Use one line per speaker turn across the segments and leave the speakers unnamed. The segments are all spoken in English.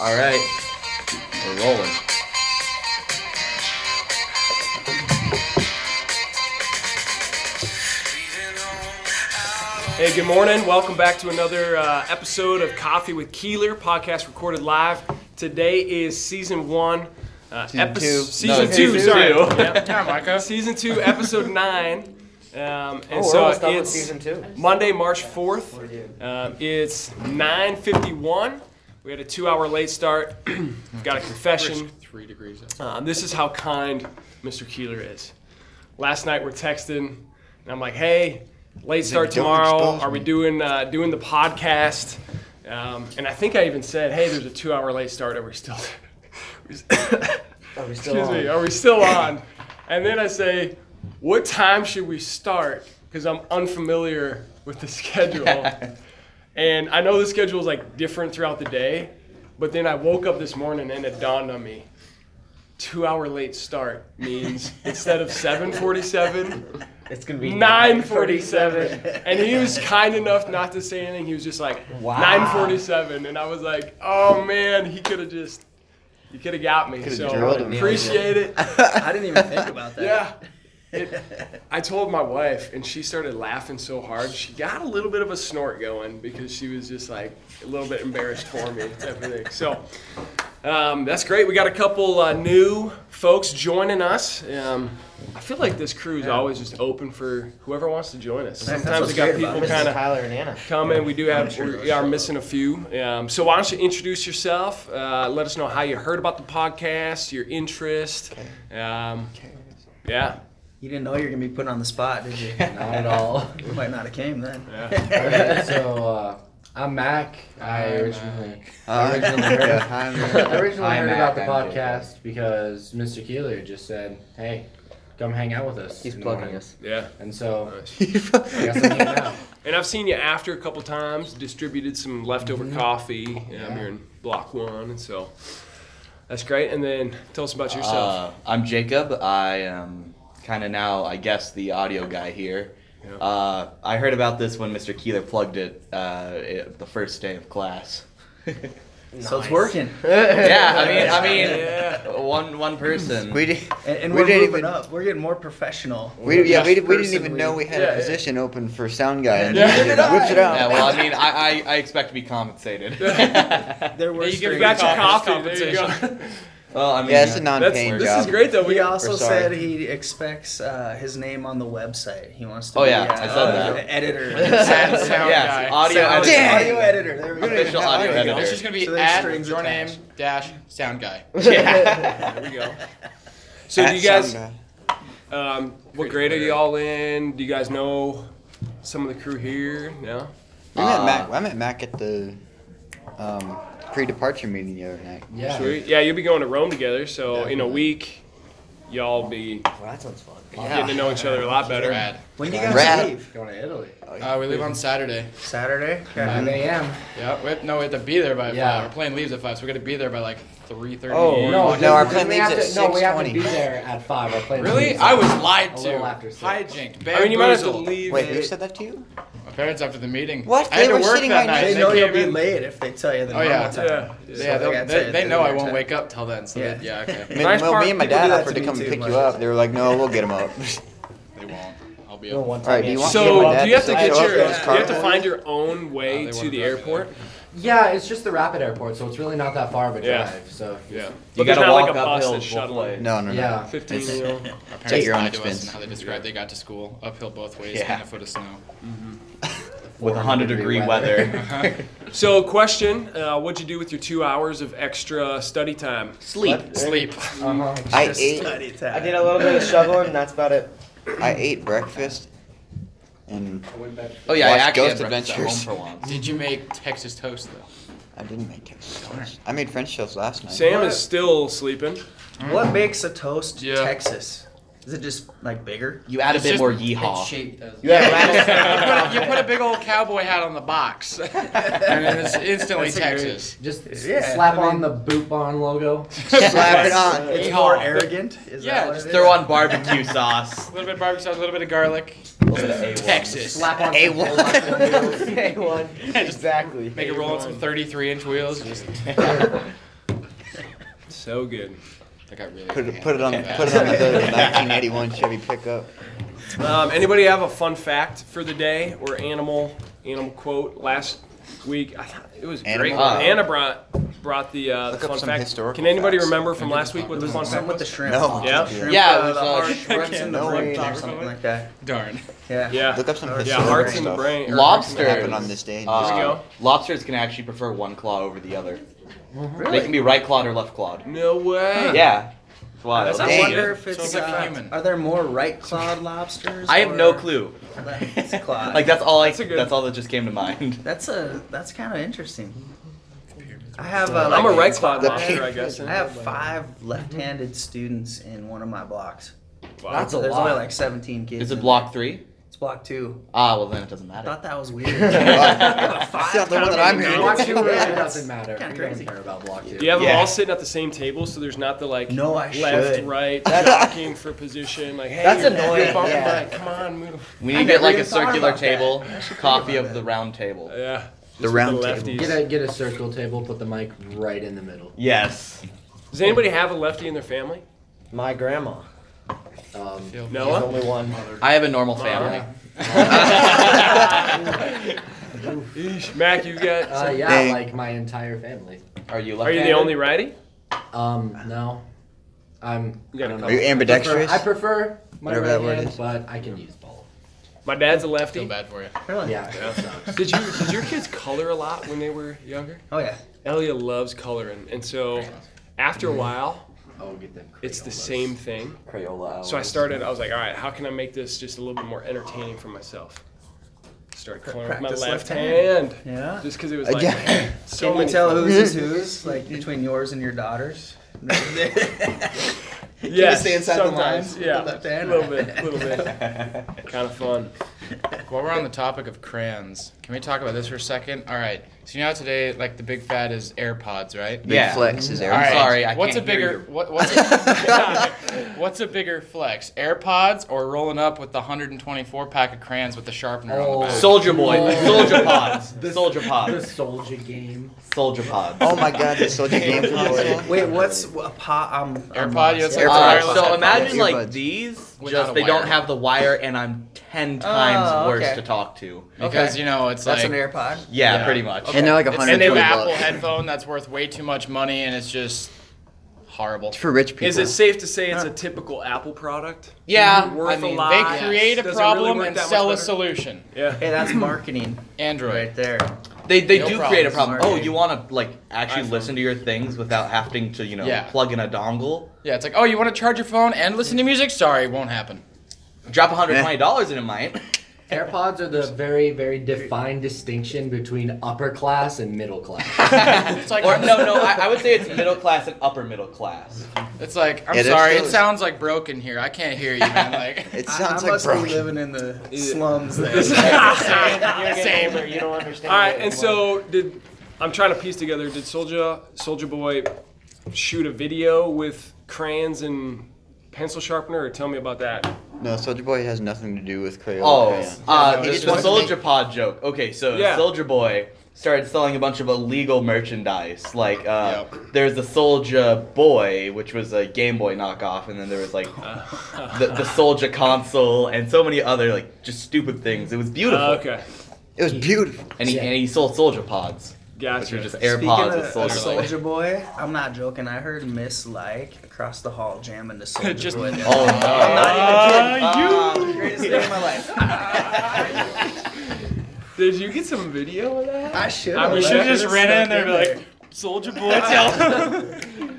All right, we're rolling.
Hey, good morning. Welcome back to another uh, episode of Coffee with Keeler podcast recorded live. Today is season one, uh, season
two.
season
No,
two,
season
sorry,
two.
Yep.
Yeah, Micah.
season two, episode nine. Um, and
Oh, we're
so
almost done with
it's
season two.
Monday, March fourth. Um, it's nine fifty-one. We had a two-hour late start. We've got a confession.
Three degrees.
Um, this is how kind Mr. Keeler is. Last night we're texting, and I'm like, "Hey, late start
"Don't
tomorrow.
expose
Are we
me."
doing uh, doing the podcast?" Um, and I think I even said, "Hey, there's a two-hour late start. Are we still?
Are we Oh, still
excuse
on?
me. Are we still on?" And then I say, "What time should we start?" Because I'm unfamiliar with the schedule, and I know the schedule is like different throughout the day. But then I woke up this morning and it dawned on me two hour late start means instead of 747
It's gonna be
947 and he was kind enough not to say anything he was just like
Wow.
947 and i was like oh man he could have just he could have got me so
drilled him.
appreciate it
I didn't even think about that.
yeah It- i told my wife and she started laughing so hard she got a little bit of a snort going because she was just like a little bit embarrassed for me and everything so um, that's great. We got a couple uh, new folks joining us. Um, I feel like this crew is always just open for whoever wants to join us.
That's
Sometimes
what's
we got
great about
people
it.
Mrs.
kind of
Tyler and Anna.
come in. We do have
sure
we
those
are
shows
missing a few. Um, so why don't you introduce yourself? Uh, let us know how you heard about the podcast, your interest. Um, yeah.
You didn't know you were gonna be put on the spot, did you? not at all. You might not have came then.
Alright, so uh, I'm Mac. I originally, I originally heard, I originally
I'm
heard
Mac,
about the
I'm
podcast because Mr. Keeler just said, "Hey, come hang out with us."
He's
in the
plugging
morning."
us.
Yeah.
And so I guess I came out.
And I've seen you after a couple times, distributed some leftover
Mm-hmm.
coffee. Um, You're in block one, and so that's great. And then tell us about yourself.
Uh, I'm Jacob. I am kind of now, I guess, the audio guy here.
Yeah.
Uh, I heard about this when Mr. Keeler plugged it, uh, it- the first day of class.
So it's
Nice.
working.
yeah, I mean, I mean,
Yeah.
one one person.
We did,
And, and
We
we're
didn't
moving
even-
up. We're getting more professional.
we, yeah, we,
Each
did, we didn't
person
even know we had
yeah, yeah.
a position open for sound guy. And
Yeah.
he
Neither
did
whips it
I.
out.
yeah, well, I mean, I, I, I expect to be compensated.
There were
Hey, you
three.
give back your coffee. There you go.
well, I mean, uh,
yeah, it's a
That's,
non-paying
this
job.
is great though. We
He
got,
also
We're sorry.
said he expects uh, his name on the website. He wants to
Oh,
be
yeah,
uh,
I said that.
the editor.
Sound- sound
yeah,
guy.
audio
Sound-
editor.
Dang.
audio editor. There we go.
Official audio
There you go.
editor.
It's just gonna be
So there's
at
strings
your name
attached.
dash sound guy.
there we go. So do you guys? Um, what grade are y'all in? Do you guys know some of the crew here? No.
We met
Uh,
Mac. I met Mac at the um, pre-departure meeting the other night.
Yeah.
Sweet. Yeah, you'll be going to Rome together. So in a week, y'all be
Well, that sounds fun.
getting to know each other a lot better.
Rad.
When do you guys
Rat.
leave?
Going to Italy.
Oh,
Uh, we leave on Saturday.
Saturday. Okay.
9 a.m.
Yeah, we have, no, we have to be there by
Yeah.
five. Our plane leaves at five, so we got to be there by like three thirty.
Oh,
No,
no, our
we
plane leaves
have
at
to- No, we have to
6:20.
be there at five. Our plane
really?
leaves
I
at-
was lied
A
to.
little after six.
Hijanked.
I mean, you might have to
bamboozled.
leave.
Wait,
it-
who said that to you?
My parents after the meeting.
What?
I had
They
to
were
work
sitting
that
right
night.
next
They
to
know
came
you'll be
in-
late if they tell you the
Oh,
normal
yeah.
time.
yeah.
Yeah,
they gotta
they'll-
tell
they,
you
they
the
know I
exact
won't
time.
wake up till then. So
Yeah.
that- yeah,
I
okay.
mean,
Nice
well,
part-
me and my
people do
dad
that
offered
to
to
me
come
too,
pick
my
you up.
sister.
They were like, "No, we'll get him up."
They won't. I'll be
You don't
up.
want
All right,
to
do you
be
want me and my
So
dad
do you have to
pick
get
up
your? Do
with this
you have to
cardboard?
find your own way
Uh, they
to the
wanna drive me
airport?
Yeah, it's just the rapid airport, so it's really not that far of a
Yeah.
drive. So
Yeah.
You
But there's
gotta
not
walk
like a bus
uphill
that's
both ways.
shuttling.
No, no, no.
yeah.
Fifteen. You know.
My parents
Take your own
lied to us
expense.
and how they described they got to school uphill both ways
Yeah.
in a foot of snow.
with 100 degree weather.
So, question: uh, What'd you do with your two hours of extra study time?
Sleep.
Sleep.
Uh-huh.
I
Just
ate.
study time.
I did a little bit of shoveling. That's about it.
I ate breakfast, and
Oh yeah, I
Watch
actually
Ghost
had breakfast at
Adventures.
home for once.
Did you make Texas toast though?
I didn't make Texas toast. I made French toast last night.
Sam is still sleeping.
What makes a toast
Yeah.
Texas? Is it just like bigger?
You add a
It's
bit
just-
more
It's
yeehaw.
shaped as.
You have
you,
rattlesnake.
put a, you put a big old cowboy hat on the box, and then it's instantly
That's a great-
Texas.
Just s-
Yeah,
slap
I
on
mean-
the Boot Barn logo.
Slap it on.
It's
Yeehaw.
more arrogant. Is
Yeah,
that what
just
it is?
Throw on barbecue sauce.
A little bit of barbecue sauce, a little bit of garlic.
A little bit of A1.
Texas.
Slap on some
A1.
Boot Barn logo.
A1. Exactly.
Make it roll on some 33 inch wheels. and Just,
So good.
I got really
Put it,
handy
put it on.
with that.
Put it on the hood of a 1981 Chevy pickup.
Um, anybody have a fun fact for the day or animal animal quote? Last week I thought it was great.
Animal?
Uh, Anna brought brought the, uh, the
Look up
fun
some
fact.
historical
Can anybody
facts.
remember from last week what the
There's
fun fact
something with the
was?
shrimp.
No.
Yeah.
Shrimp,
Yeah,
uh,
it was,
the
uh,
heart-
shrimp
hearts in the
and-
brain or
No,
something like that.
Darn.
Yeah.
Yeah.
Look up some
Yeah,
historical
hearts in
stuff.
the brain. or hearts in the
Lobsters.
Happened on this day. in
Uh,
history.
Here we go.
Lobsters can actually prefer one claw over the other. They
Really?
can be right clawed or left clawed.
brain. No way.
Yeah. It's wild.
Hmm. That's
I
Dang.
wonder if it's
Sounds like a
uh,
human.
Are there more right clawed lobsters?
I have
or
no clue.
left clawed?
Like that's all I.
That's a good-
that's all that just came to mind.
That's a that's kind of interesting. I have uh,
I'm a
like-
right claw
The
lobster, I
pink-
guess.
I have five left-handed students in one of my blocks.
Wow.
That's
a
There's
lot.
only like 17 kids.
Is
in
it block three?
there. It's block two.
Ah, well then it doesn't
I
matter.
thought that was weird.
That's not the one that I'm hearing.
Block two really
Yeah,
doesn't matter.
kinda
We don't
crazy.
care about block two.
Do you have them
Yeah.
all sitting at the same table so there's not the like
No, I
left,
should.
right, jockeying for position? Like, hey,
That's
you're-
annoying,
you're bumping
yeah.
back, Come on, move.
We
I
need to get
never
like a
even thought
circular
about that.
table,
I should think
copy
about
of
that.
the round table.
Yeah. just with
round
the
table.
lefties.
Get a get a circle table. Put the mic right in the middle.
Yes.
Does anybody have a lefty in their family?
My grandma.
Um,
There's
Noah?
only one.
I have a normal family.
Eesh. Mac, you got.
uh, yeah,
Dang.
like my entire family.
Are you
Are
left-handed?
you the only righty?
Um, no, I'm.
You gotta
I don't
come.
know.
Are you ambidextrous?
I prefer my
Whatever
right
that word
hand,
is.
but I can use both.
My dad's a
Feel
lefty.
bad for you.
Really?
Yeah, that sucks.
Did you did your kids color a lot when they were younger?
Oh yeah.
Elia loves coloring, and so after a while,
Oh, get them.
it's the
Crayolas.
same thing.
Crayola.
So I started. I was like, all right, how can I make this just a little bit more entertaining for myself? Start coloring with my
practice
left,
left
hand,
Yeah.
just because it was like
Again.
so
Can you
many.
tell whose is whose, like between yours and your daughters?
yeah,
stay inside the
sometimes,
lines?
Yeah,
Left hand,
a little
right?
bit, a little bit. kind of fun.
While we're on the topic of crayons, can we talk about this for a second? All right. So you know how today, like the big fad is AirPods, right?
Big
Yeah.
flex is
All
Aaron.
right.
sorry, I
what's
can't
a bigger
hear you.
what, what's a, what's a bigger flex? AirPods or rolling up with the 124 pack of crayons with the sharpener
Oh.
on the back?
Soldier boy. Soldier pods. Soldier
The
pods.
soldier game.
Soldier pods. Uh,
Oh my God, this soldier game console.
Wait, what's a pot? Um,
AirPod,
lost.
yeah, it's
All
like-
right,
wireless
so
headphones.
imagine like
Earbuds.
these,
Without
just
a
they don't
wire.
have the wire, and I'm ten times
Oh,
worse
okay.
to talk to.
Because
okay.
you know it's
That's
like
an AirPod.
Yeah,
Yeah.
pretty much.
And they're like
it's an
120
Apple
bucks.
headphone that's worth way too much money and it's just horrible.
It's for rich people.
Is it safe to say it's a typical Apple product?
Yeah,
Worth
I mean,
a lot.
they create a
Does it really
problem
work
and
that much
sell a
better?
solution.
Yeah.
Hey, that's marketing
Android.
right there.
They they
No
do
problem.
create a problem. Oh,
Smart.
you want to like actually
iPhone.
listen to your things without having to you know
Yeah.
plug in a dongle?
Yeah, it's like, oh, you want to charge your phone and listen to music? Sorry, won't happen.
Drop
Eh.
120 dollars and it might.
AirPods are the very, very defined distinction between upper class and middle class.
It's like,
Or no, no, I, I would say it's middle class and upper middle class.
It's like, I'm
Yeah, there's
sorry, it
those-
sounds like broken here. I can't hear you, man. Like,
It
I- I,
sounds like
must be
broken.
living in the slums there.
same.
You don't understand.
All right, and so did I'm trying to piece together. Did Soldier Soldier Boy shoot a video with crayons and pencil sharpener, or tell me about that?
No, Soldier Boy has nothing to do with Crayola.
Oh,
crayon.
uh,
no,
the,
he just
the
wanted to
Soldier Pod joke. Okay, so
Yeah.
Soldier Boy started selling a bunch of illegal merchandise. Like, uh, there's the Soldier Boy, which was a Game Boy knockoff, and then there was like the, the Soldier console and so many other like just stupid things. It was beautiful.
Uh, okay,
It was beautiful.
And he, and he sold Soldier Pods, which
gotcha.
are just
Speaking
AirPods with
of, of
Soldier. Boy.
Soldier Boy, I'm not joking. I heard Miss like across the hall jamming to Soldier
Just-
Boy.
Oh no!
I'm not
Uh,
even kidding.
Ah,
Greatest day of my life.
Did you get some video of that?
I should.
I mean,
You
should've
should have just ran in there and be like, Soldier Boy, tell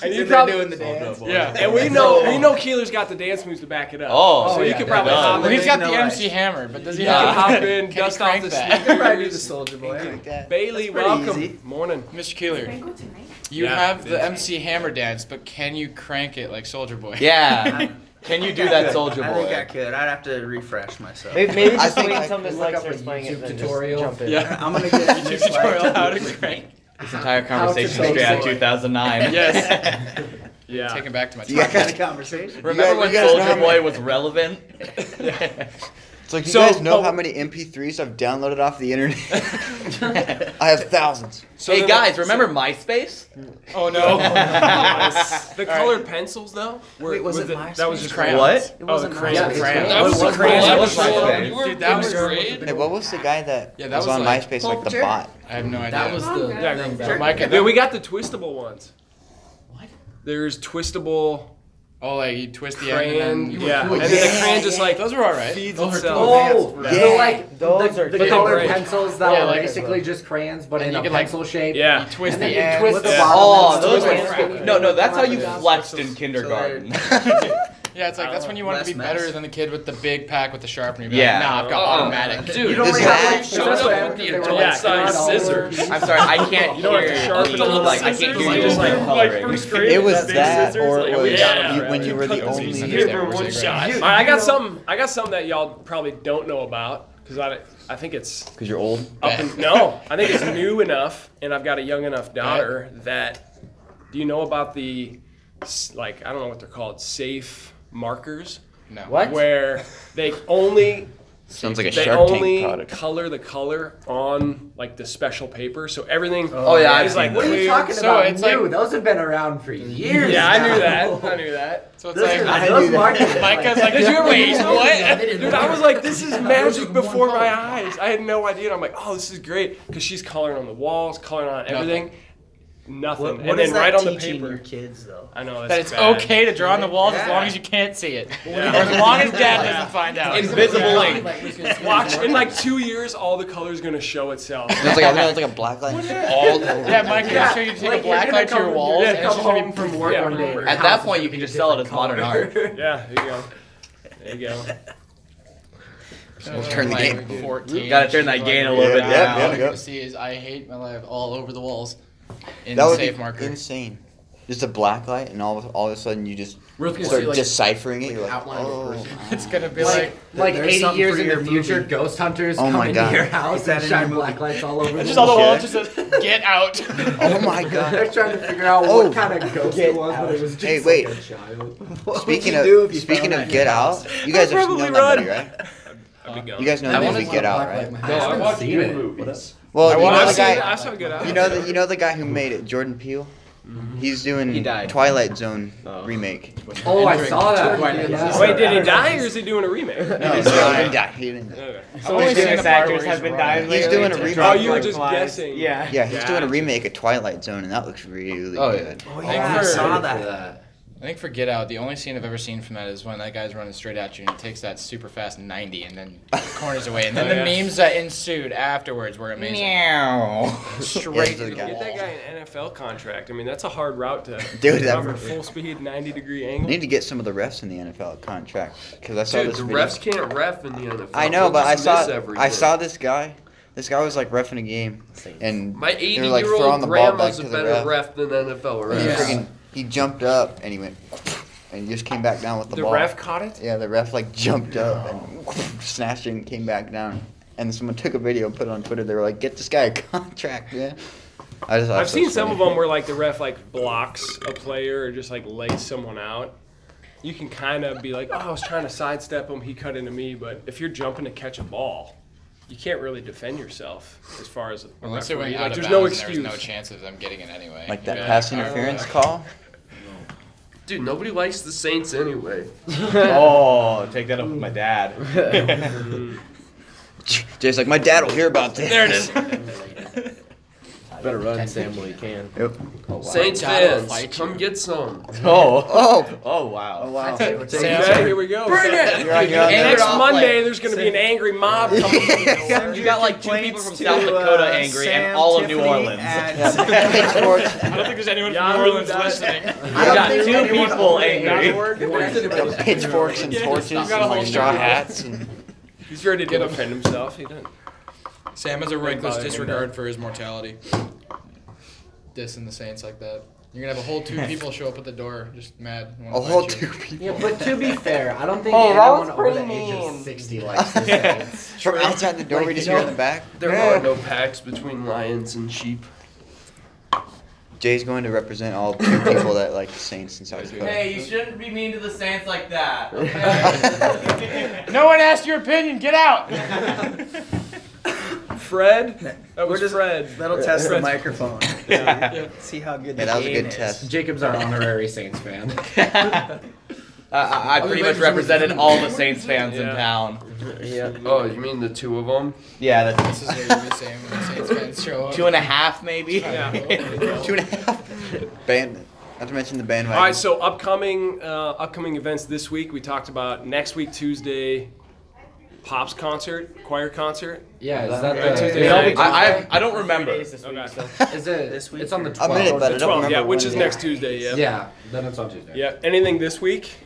and
you
you
probably-
doing the dance.
Soldier Boy.
Yeah, and we know we know Keeler's got the dance moves to back it up.
Oh,
so
oh,
you
yeah,
could probably
that
hop
does.
in,
He's got the
Yeah.
MC Hammer, but does he
you could
have
hop in,
Can
dust
he
off
crank
the
that?
You could probably do the
sneakers.
Soldier Boy.
Bailey,
pretty
welcome.
easy.
Morning.
Mr. Keeler,
Franco tonight?
you
Yeah,
have
it
the
is.
MC Hammer dance, but can you crank it like Soldier Boy?
Yeah. Can you do that, Soldier
I think I
Boy?
could. I'd have to refresh myself.
Maybe, maybe
I
just
think
wait
I
until
could
Miss
look up
Lex
a
starts playing it,
YouTube
then just
tutorial.
jump in.
Yeah.
I'm gonna get
YouTube
Miss Lex-
tutorial how to crank.
This entire
How
conversation
to
straight out of
make-
2009.
Yes.
Yeah.
Taking back to my
Yeah.
What
truck.
kind of conversation?
Remember
You
when
guys- you guys
Soldier
know how
Boy
many-
was relevant?
It's like, you
So-
guys know
oh.
how many MP3s I've downloaded off the internet? I have thousands.
So
hey
then-
guys, remember MySpace?
Oh no.
the colored pencils though? Were,
Wait, was it
the- That was
MySpace?
just
Crayons. What?
crayons.
It
Oh, the
wasn't
crayons.
MySpace.
Yeah,
Crayons.
That was
It
the
was
crayons.
MySpace.
That was
That was
the-
MySpace.
you were-
Dude, that was
Instagram.
great.
Hey, what was the guy that
Yeah, that
was,
was
on
like-
MySpace, like the
Pulitzer?
bot?
I have no idea.
That was the
Yeah,
thing
go-
back
Micah,
Yeah,
that-
we got the twistable ones. What? There's twistable
oh, like you twist the end.
crayon.
and then you-
yeah, and then the
Yeah,
crayon just like
Those were all right.
feeds
Those were
itself.
Oh,
Yeah.
the like
Those
the,
are
the
good.
colored
Right.
pencils that
Yeah,
were
like-
basically just crayons, but
And
in
you
a
could, like-
pencil shape.
You
Yeah.
twist
And
the
then
end.
you twist the
Yeah.
bottom.
Oh,
and then
those
twist
were-
it.
No, no, that's how you
Yeah.
flexed in kindergarten.
Yeah, it's like that's when you want to be
Less mess.
better than the kid with the big pack with the sharpener. You'd be
Yeah.
Like, nah, I've got
Oh.
automatic. Dude,
You don't
This
really
is
have like
actually-
showed
That's
up
what
after
the
they were,
adult
like,
size
not all
scissors.
over.
I'm sorry, I can't
You
hear.
don't have to sharpen
the
the little
like, I
scissors.
can't
like,
hear you
just
over the
like, like
coloring.
first grade.
It was
big
that,
scissors,
or it
like,
was
yeah,
you-
right.
when you were the only-
Paper one shot. All right, I got something. I got something that y'all probably don't know about because I, I think it's
Because you're old.
up and no. I think it's new enough, and I've got a young enough daughter that. Do you know about the, s- like I don't know what they're called, safe markers,
No.
What?
where they only
Sounds like a
they
Shark
only
Tank product.
color the color on like the special paper, so everything.
Oh, yeah, I've
is like
seen
What are you
clear.
talking
So
about?
it's like-
New. those have been around for years.
Yeah, I
now.
knew that. I knew that.
So it's
Those
like,
are-
I
those
knew that.
markers are
Micah's
like-
like,
Did you ever
wait,
use
what?
Dude, I was like, this is magic before my eyes. I had no idea. And I'm like, oh, this is great because she's coloring on the walls, coloring on everything. Nothing.
What,
and
what
then
is that
right on the
teaching your
paper.
kids though?
I know that's
That it's
bad.
okay to draw on the walls as long as you can't see it. Or as long as dad doesn't find out.
Invisible ink.
Watch in like two years, all the color's gonna show itself.
It's like, it's like a black light. All over.
Yeah, Mike, I'm sure you
like,
take a
you're
black
gonna
light to
come-
your
you're
walls
gonna
and it's
come
just gonna
home
be
from work
Yeah.
one day. and your
At
house
that
is
point, you
gonna
can
be
just sell it as
different
modern
color.
art.
Yeah, there you go. There you go.
We'll
turn the gain.
Gotta turn that gain a little bit
Yeah, yeah,
down.
yeah.
All you see is I hate my life all over the walls. In
That
the
would be
safe marker.
insane. Just a black light, and all of, all of a sudden you just
We're gonna
start
see, like,
deciphering it. You're like,
outline of a
oh.
person.
It's gonna be
Like,
like,
like
there's
80
something
years
for
in
your
the future,
movie.
ghost hunters
Oh
come
my
into
God.
your house
that
and
in your
shine
movie?
black lights all over.
just
the
on the
wall.
wall it oh, just says, get out.
oh my
They're
god.
trying to figure out
Oh,
what kind of ghost
get
it was, but
out.
it was just
Hey,
like
wait.
a child.
Speaking
you do if
of
you
speaking
found
of
out
Get
your
Out, you guys have seen
probably
that movie,
run.
right?
I'd be gone.
You guys know
I
the
wanna
movie
see
Get
a
Out,
black light in
right?
my
No,
house.
I
haven't
watched
seen
you
it.
in movies.
Well, you know
I've
the
seen it.
guy.
I saw Get Out.
You know the you know the guy who made it, Jordan Peele. He's doing
He died.
Twilight Zone
Oh.
remake.
Oh, I saw that.
Wait,
one,
did
yeah.
Wait, did he die or is he doing a remake?
No, he didn't die. He didn't. die.
Okay.
I've only seen the part where he's running.
He's doing a remake.
Oh, you were just guessing.
Yeah.
Yeah, he's doing a
Gotcha.
remake of Twilight Zone, and that looks really
Oh, yeah.
good.
Oh
yeah,
yeah, I
I
saw
heard
that.
I think for Get Out, the only scene I've ever seen from that is when that guy's running straight at you and he takes that super fast 90 and then corners away. And then
Oh,
the
yeah.
memes that ensued afterwards were amazing.
Meow.
Yeah,
Straight to the
it's like-
Get that
wall.
guy an NFL contract. I mean, that's a hard route to
Dude, that-
cover full speed, 90 degree
I
angle.
need to get some of the refs in the NFL a contract because I saw
Dude,
this.
the
video.
refs can't ref in the NFL.
I know,
They'll
but I
just
saw
miss every
I
word.
saw this guy. This guy was like refing a game, and
My
they
80
were like
year
throwing
old
the ball back
grandma's
to
a
the
better
ref.
ref. than NFL
and
ref.
he
Yeah.
friggin- he jumped up and he went and he just came back down with the,
The
ball.
ref caught it?
Yeah, the ref like jumped up and snatched it and came back down. And someone took a video and put it on Twitter. They were like, "Get this guy a contract, man." I just thought it
I've
was
seen some of
funny.
them where like the ref like blocks a player or just like lays someone out. You can kind of be like, oh, I was trying to sidestep him, he cut into me. But if you're jumping to catch a ball, you can't really defend yourself as far as a
Unless it
referee.
went
Like,
out of
there's
bounds,
no
no
excuse.
there was no chance of them getting it anyway.
like
Yeah.
that pass interference call.
Dude, nobody likes the Saints anyway.
Oh, take that up with my dad.
Jay's like, "My dad will hear about this."
There it is.
Better run, Sam, while you can.
Yep.
Saints
God, I'll
fans,
fight
come
you.
get some.
oh.
Oh,
Oh wow.
oh wow.
Okay, here we go.
You're on your own.
And
Next
They're all
Monday,
like-
there's going to be an angry mob coming.
You got like two people from South Dakota
uh,
angry and all of New Orleans.
I don't think there's anyone from
Yahoo
New Orleans
dot-
listening.
You
don't
got
think
two
anyone
people
Gotta
angry.
work.
Got pitchforks and
Yeah,
torches
stop.
and
Got a whole
like straw
shirt.
hats and
He's ready to defend himself. He didn't.
Sam has a
bother
reckless
me,
disregard for his mortality. Dissing the Saints like that. You're gonna have a whole two people show up at the door, just mad. and wanna
A
fight
whole
you.
two people
Yeah, but to be fair, I don't think
Hey, that
anyone
was
over the
pretty
age of
mean.
sixty likes this. sentence.
from outside the door. we just hear in the back.
There are no pacts between lions and sheep.
Jay's going to represent all two people that like the Saints and South Dakota.
Hey, you shouldn't be mean to the Saints like that.
No one asked your opinion. Get out.
Fred? That was
We're just-
Fred.
That'll test the
Fred's-
microphone. See how good the
Yeah, that was a
game
good
is.
test.
Jacob's our honorary Saints fan.
I, I, I pretty much represented all the Saints fans in
Yeah.
town.
Yeah. Oh, you mean the two of them?
Yeah, that's
This is what you'll be saying when the Saints fans show up.
two and a half maybe.
Two and a half. Band. Not to mention the bandwagon.
All right, so upcoming uh, upcoming events this week. We talked about next week Tuesday, Pop's concert, choir concert.
Yeah, is that
Yeah,
the
Tuesday
Yeah,
night.
we-
I, I I don't remember.
Okay.
Is it?
This week
it's on the
I made it,
twelfth.
but I don't
Twelve,
remember.
yeah, which
when
is
it
next Tuesday. Yeah.
Yeah, then it's on Tuesday.
Yeah. Anything this week?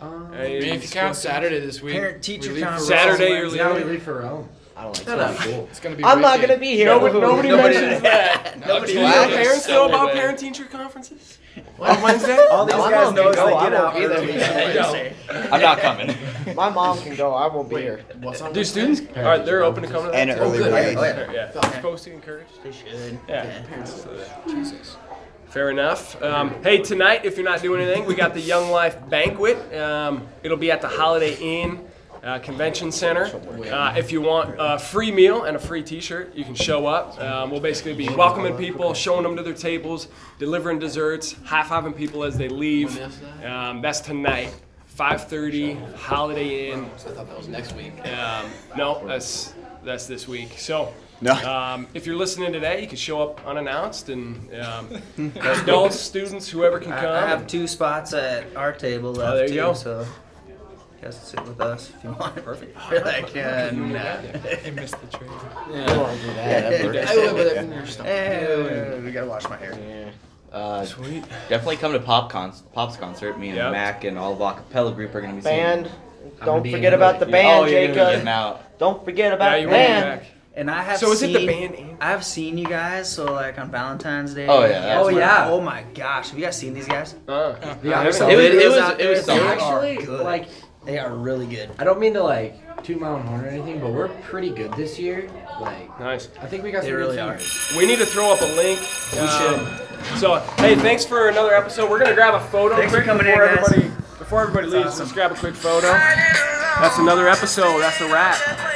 Um,
I
I mean, if you count Saturday this week,
Parent-teacher
we leave for
conference.
Saturday,
Rome.
you're
now we
leaving.
leave for Rome.
I don't like
Shut up. Cool.
It's gonna be.
I'm not
wicked.
gonna be here.
Nobody, nobody,
Nobody-
mentions that.
Nobody
Do your
does.
parents know
So
about
bad.
parent teacher conferences?
On Wednesday?
All these
No, I'm
guys
not
know is
gonna
they
go.
get
I
out
won't be
early.
there.
I'm not coming.
My mom can go. I won't be here.
What's on
Do
Wednesday?
students? Are they're open to coming? to
And
that?
an early
good.
raise.
Oh, yeah.
Yeah. Supposed to encourage.
They should.
Yeah. Fair enough. Um, hey, tonight, if you're not doing anything, we got the Young Life Banquet. Um, it'll be at the Holiday Inn uh, Convention Center. Uh, if you want a free meal and a free t shirt, you can show up. Um, we'll basically be welcoming people, showing them to their tables, delivering desserts, high fiving people as they leave. Um, that's tonight. 5:30 Holiday Inn.
I thought that was next week.
Um, no, that's that's this week. So,
No.
um, if you're listening today, you can show up unannounced, and um, adults, students, whoever can
I, I have
come.
two spots at our table left
Oh, there you
too,
go.
so you guys can sit with us if you want. Perfect. You're like, uh, nah.
I missed the train.
Yeah, that works.
Hey, we gotta wash my hair.
Uh, Definitely come to Pop con- Pop's concert. Me and
Yep.
Mac and all of our acapella group are gonna be singing.
Band.
gonna
Don't
be
forget
in
about the
the-
oh,
band,
you're gonna be getting
Jacob.
out.
Don't forget
Yeah,
about
you
the
want me
band.
back?
And I have
So is it
seen,
the band? and-
I've seen you guys, so like on Valentine's Day.
Oh, yeah, that's
Oh
when-
yeah. Oh my gosh, have you guys seen these guys?
Uh,
Yeah,
I
I'm
haven't-
sorry.
It was, it was,
out
it was
there,
something.
they are
Actually,
good.
like,
They are really good.
I don't mean to like toot my own horn or anything, but we're pretty good this year. Like,
nice.
I think we got
They
some good
really are.
singers.
We need to throw up a link. Um, so, hey, thanks for another episode. We're gonna grab a photo
Thanks for
quick
coming in,
before
guys.
everybody before everybody leaves.
awesome.
Let's grab a quick photo. That's another episode. That's a wrap.